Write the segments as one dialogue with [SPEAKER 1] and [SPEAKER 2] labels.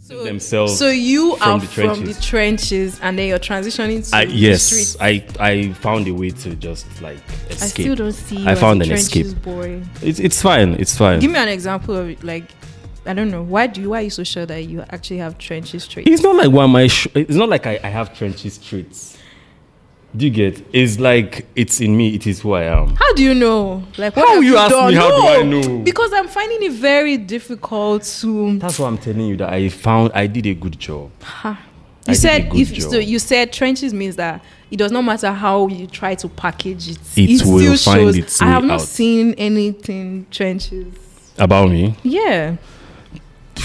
[SPEAKER 1] So,
[SPEAKER 2] themselves
[SPEAKER 1] So you
[SPEAKER 2] Oh, from
[SPEAKER 1] are
[SPEAKER 2] the
[SPEAKER 1] from the
[SPEAKER 2] trenches.
[SPEAKER 1] trenches, and then you're transitioning to
[SPEAKER 2] I,
[SPEAKER 1] the
[SPEAKER 2] yes,
[SPEAKER 1] streets.
[SPEAKER 2] I, I found a way to just like escape.
[SPEAKER 1] I still don't see. You
[SPEAKER 2] I
[SPEAKER 1] as
[SPEAKER 2] found
[SPEAKER 1] a
[SPEAKER 2] an
[SPEAKER 1] trenches
[SPEAKER 2] escape. Um,
[SPEAKER 1] Boy.
[SPEAKER 2] It's, it's fine. It's fine.
[SPEAKER 1] Give me an example of it, like I don't know why do you why are you so sure that you actually have trenches traits?
[SPEAKER 2] It's not like one my. Sh- it's not like I, I have trenches traits. Do you get? It's like it's in me. It is who I am.
[SPEAKER 1] How do you know? Like what
[SPEAKER 2] How
[SPEAKER 1] have
[SPEAKER 2] you ask
[SPEAKER 1] done?
[SPEAKER 2] me how do I
[SPEAKER 1] No,
[SPEAKER 2] know?
[SPEAKER 1] Because I'm finding it very difficult to.
[SPEAKER 2] That's why I'm telling you that I found I did a good job.
[SPEAKER 1] Ha.
[SPEAKER 2] I
[SPEAKER 1] You
[SPEAKER 2] did a
[SPEAKER 1] said
[SPEAKER 2] good
[SPEAKER 1] if so
[SPEAKER 2] job.
[SPEAKER 1] you said trenches means that it does not matter how you try to package it.
[SPEAKER 2] It will find
[SPEAKER 1] shows.
[SPEAKER 2] its
[SPEAKER 1] I
[SPEAKER 2] way
[SPEAKER 1] have not
[SPEAKER 2] out.
[SPEAKER 1] seen anything trenches.
[SPEAKER 2] About me,
[SPEAKER 1] Yeah.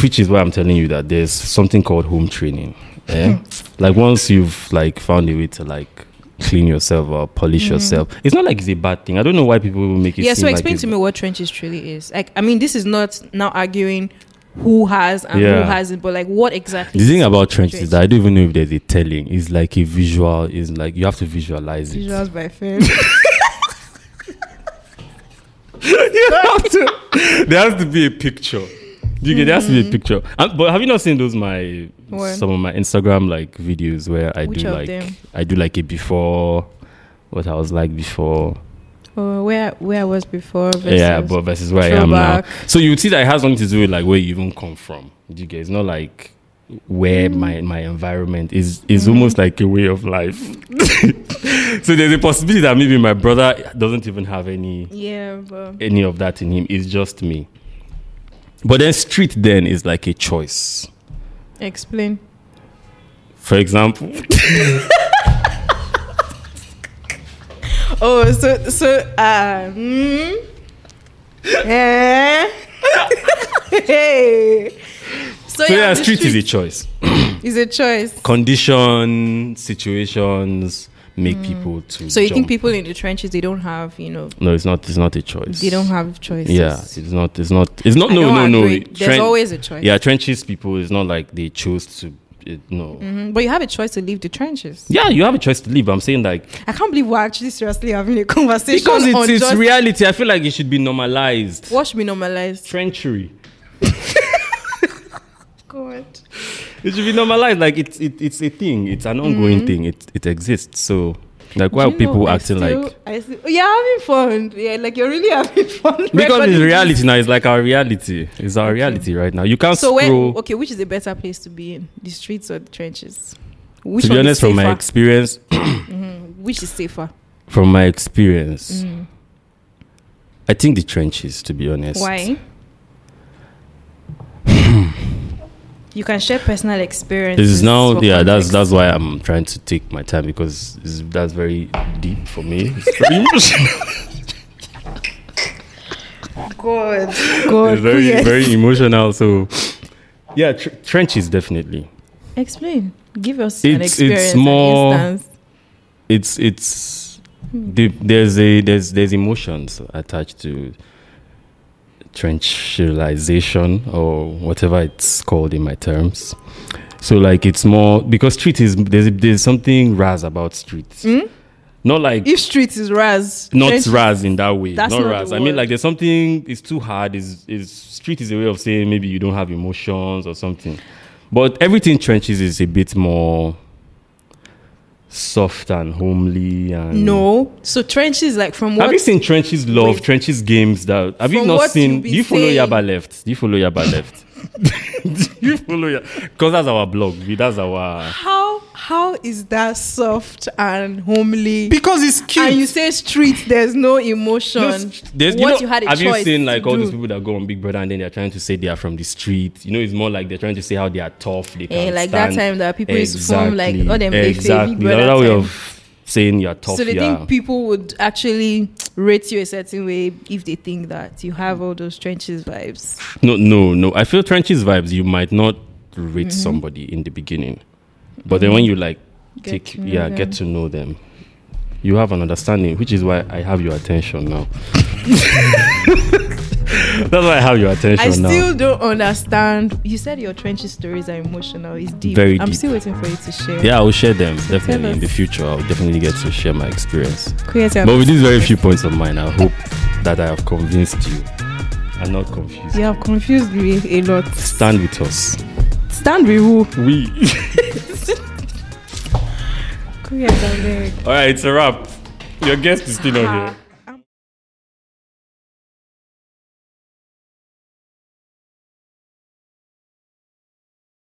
[SPEAKER 2] which is why I'm telling you that there's something called home training. Eh?
[SPEAKER 1] Hmm.
[SPEAKER 2] like once you've like found a way to like clean yourself or polish yourself, it's not like it's a bad thing. I don't know why people will make it.
[SPEAKER 1] Mm-hmm. yeah,
[SPEAKER 2] seem
[SPEAKER 1] so
[SPEAKER 2] like
[SPEAKER 1] explain
[SPEAKER 2] it's
[SPEAKER 1] to me what trenches truly is. Like I mean this is not now arguing who has and
[SPEAKER 2] Yeah.
[SPEAKER 1] who hasn't, but like what exactly
[SPEAKER 2] The thing
[SPEAKER 1] is
[SPEAKER 2] about trenches
[SPEAKER 1] trench?
[SPEAKER 2] is that I don't even know if there's a telling. It's like a visual. It's like you have to visualize it.
[SPEAKER 1] visuals by film.
[SPEAKER 2] you have to. There has to be a picture. You get, there has to be a picture. Um, but have you not seen those my
[SPEAKER 1] Mm-hmm. What?
[SPEAKER 2] some of my Instagram like videos where I
[SPEAKER 1] Which
[SPEAKER 2] do
[SPEAKER 1] of
[SPEAKER 2] like
[SPEAKER 1] them?
[SPEAKER 2] I do like a before what I was like before.
[SPEAKER 1] oh, where where I was before versus
[SPEAKER 2] yeah, but versus where I am now.
[SPEAKER 1] throwback.
[SPEAKER 2] So you would see that it has something to do with like where you even come from. Do you get? It's not like
[SPEAKER 1] Mm.
[SPEAKER 2] where my my environment is is almost like a way of life. so there's a possibility that maybe my brother doesn't even have any
[SPEAKER 1] Yeah, but
[SPEAKER 2] any of that in him. It's just me. But then street then is like a choice.
[SPEAKER 1] explain.
[SPEAKER 2] For example,
[SPEAKER 1] Oh, so so uh mm, eh? hey. So,
[SPEAKER 2] so yeah,
[SPEAKER 1] the
[SPEAKER 2] street is a choice.
[SPEAKER 1] is a choice.
[SPEAKER 2] Condition, situations make people to.
[SPEAKER 1] So you think
[SPEAKER 2] jump.
[SPEAKER 1] people in the trenches they don't have, you know,
[SPEAKER 2] No, it's not. It's not a choice.
[SPEAKER 1] they don't have choices.
[SPEAKER 2] Yeah, it's not. It's not. It's not.
[SPEAKER 1] I
[SPEAKER 2] No, no,
[SPEAKER 1] don't
[SPEAKER 2] no.
[SPEAKER 1] agree.
[SPEAKER 2] It-
[SPEAKER 1] There's
[SPEAKER 2] tren-
[SPEAKER 1] always a choice.
[SPEAKER 2] Yeah, trenches people. It's not like they chose to. It, no.
[SPEAKER 1] Mhm. But you have a choice to leave the trenches.
[SPEAKER 2] Yeah, you have a choice to leave. but I'm saying like
[SPEAKER 1] I can't believe we're actually seriously having a conversation
[SPEAKER 2] because
[SPEAKER 1] on
[SPEAKER 2] it's, it's
[SPEAKER 1] just
[SPEAKER 2] reality. I feel like it should be normalized.
[SPEAKER 1] what should be normalized.
[SPEAKER 2] Trenchery.
[SPEAKER 1] God.
[SPEAKER 2] It should be normalized. Like it's it, it's a thing. It's an ongoing thing. It it exists. So like why
[SPEAKER 1] Mm.
[SPEAKER 2] are
[SPEAKER 1] Do you know,
[SPEAKER 2] people
[SPEAKER 1] I
[SPEAKER 2] acting
[SPEAKER 1] still-
[SPEAKER 2] like
[SPEAKER 1] I still, oh, you're having fun. Yeah, like you're really having fun.
[SPEAKER 2] because
[SPEAKER 1] recording
[SPEAKER 2] it's
[SPEAKER 1] this.
[SPEAKER 2] reality now. It's like our reality. It's our reality right now. You can't
[SPEAKER 1] So where
[SPEAKER 2] scroll.
[SPEAKER 1] okay, which is a better place to be in? The streets or the trenches? Which
[SPEAKER 2] To be
[SPEAKER 1] one
[SPEAKER 2] honest,
[SPEAKER 1] is
[SPEAKER 2] from
[SPEAKER 1] safer?
[SPEAKER 2] my experience,
[SPEAKER 1] which is safer?
[SPEAKER 2] from my experience,
[SPEAKER 1] Mm.
[SPEAKER 2] I think the trenches. To be honest,
[SPEAKER 1] Why?
[SPEAKER 2] Hmm.
[SPEAKER 1] you can share personal experiences.
[SPEAKER 2] It's now
[SPEAKER 1] for
[SPEAKER 2] yeah. That's
[SPEAKER 1] context.
[SPEAKER 2] that's why I'm trying to take my time because it's, that's very deep for me. It's very emotional.
[SPEAKER 1] God, God,
[SPEAKER 2] It's very
[SPEAKER 1] Oh, yes.
[SPEAKER 2] very emotional. So yeah, tr- trenches definitely.
[SPEAKER 1] Explain. Give us an
[SPEAKER 2] It's- it's
[SPEAKER 1] experience. an
[SPEAKER 2] more-
[SPEAKER 1] instance.
[SPEAKER 2] it's it's the, there's a there's there's emotions attached to trenchalization or whatever it's called in my terms so like it's more because street is there's there's something ras about street not like
[SPEAKER 1] If street is ras,
[SPEAKER 2] not
[SPEAKER 1] trench-
[SPEAKER 2] ras in that way
[SPEAKER 1] That's
[SPEAKER 2] not,
[SPEAKER 1] not the
[SPEAKER 2] ras i mean
[SPEAKER 1] word.
[SPEAKER 2] like there's something it's too hard is is street is a way of saying maybe you don't have emotions or something but everything trenches is a bit more soft and homely and
[SPEAKER 1] No, so trenches like from
[SPEAKER 2] have
[SPEAKER 1] what?
[SPEAKER 2] you seen trenches love
[SPEAKER 1] Wait.
[SPEAKER 2] trenches games that have you
[SPEAKER 1] From
[SPEAKER 2] not
[SPEAKER 1] what you
[SPEAKER 2] seen
[SPEAKER 1] be
[SPEAKER 2] do you follow
[SPEAKER 1] saying-
[SPEAKER 2] yaba left do you follow yaba left do you follow yaba because that's our blog we- that's our
[SPEAKER 1] How how is that soft and homely?
[SPEAKER 2] because it's
[SPEAKER 1] And you say street, there's no emotion.
[SPEAKER 2] No, s- there's- you
[SPEAKER 1] what
[SPEAKER 2] know,
[SPEAKER 1] you had a
[SPEAKER 2] have you
[SPEAKER 1] choice
[SPEAKER 2] seen like
[SPEAKER 1] to
[SPEAKER 2] all
[SPEAKER 1] do.
[SPEAKER 2] these people that go on Big Brother and then they're trying to say they are from the street? You know, it's more like they're trying to say how they are tough. They
[SPEAKER 1] Eh,
[SPEAKER 2] can
[SPEAKER 1] like that time that people used to form, like, all them Efe Big
[SPEAKER 2] exactly.
[SPEAKER 1] Brother
[SPEAKER 2] Another way
[SPEAKER 1] time.
[SPEAKER 2] of saying you're tough.
[SPEAKER 1] so they
[SPEAKER 2] yeah.
[SPEAKER 1] think people would actually rate you a certain way if they think that you have all those trenches vibes.
[SPEAKER 2] No, no, no. I feel trenches vibes. You might not
[SPEAKER 1] Mm-hmm.
[SPEAKER 2] rate somebody in the beginning, but then when you like
[SPEAKER 1] Get
[SPEAKER 2] take,
[SPEAKER 1] to know
[SPEAKER 2] yeah,
[SPEAKER 1] them.
[SPEAKER 2] get to know them, you have an understanding, which is why I have your attention now. That's why I have your attention
[SPEAKER 1] I
[SPEAKER 2] now.
[SPEAKER 1] still don't understand. You said your trenches stories are emotional. It's deep.
[SPEAKER 2] Very
[SPEAKER 1] I'm
[SPEAKER 2] deep.
[SPEAKER 1] still waiting for you to share.
[SPEAKER 2] Yeah, I will share them definitely in
[SPEAKER 1] us.
[SPEAKER 2] the future. I'll definitely get to share my experience.
[SPEAKER 1] Creative.
[SPEAKER 2] But with these very few points of mine, I hope that I have convinced you. I'm not confused.
[SPEAKER 1] You have confused me a lot.
[SPEAKER 2] Stand with us.
[SPEAKER 1] Stand with who?
[SPEAKER 2] We.
[SPEAKER 1] Korea down there.
[SPEAKER 2] All right, it's a wrap. Your guest is still not here.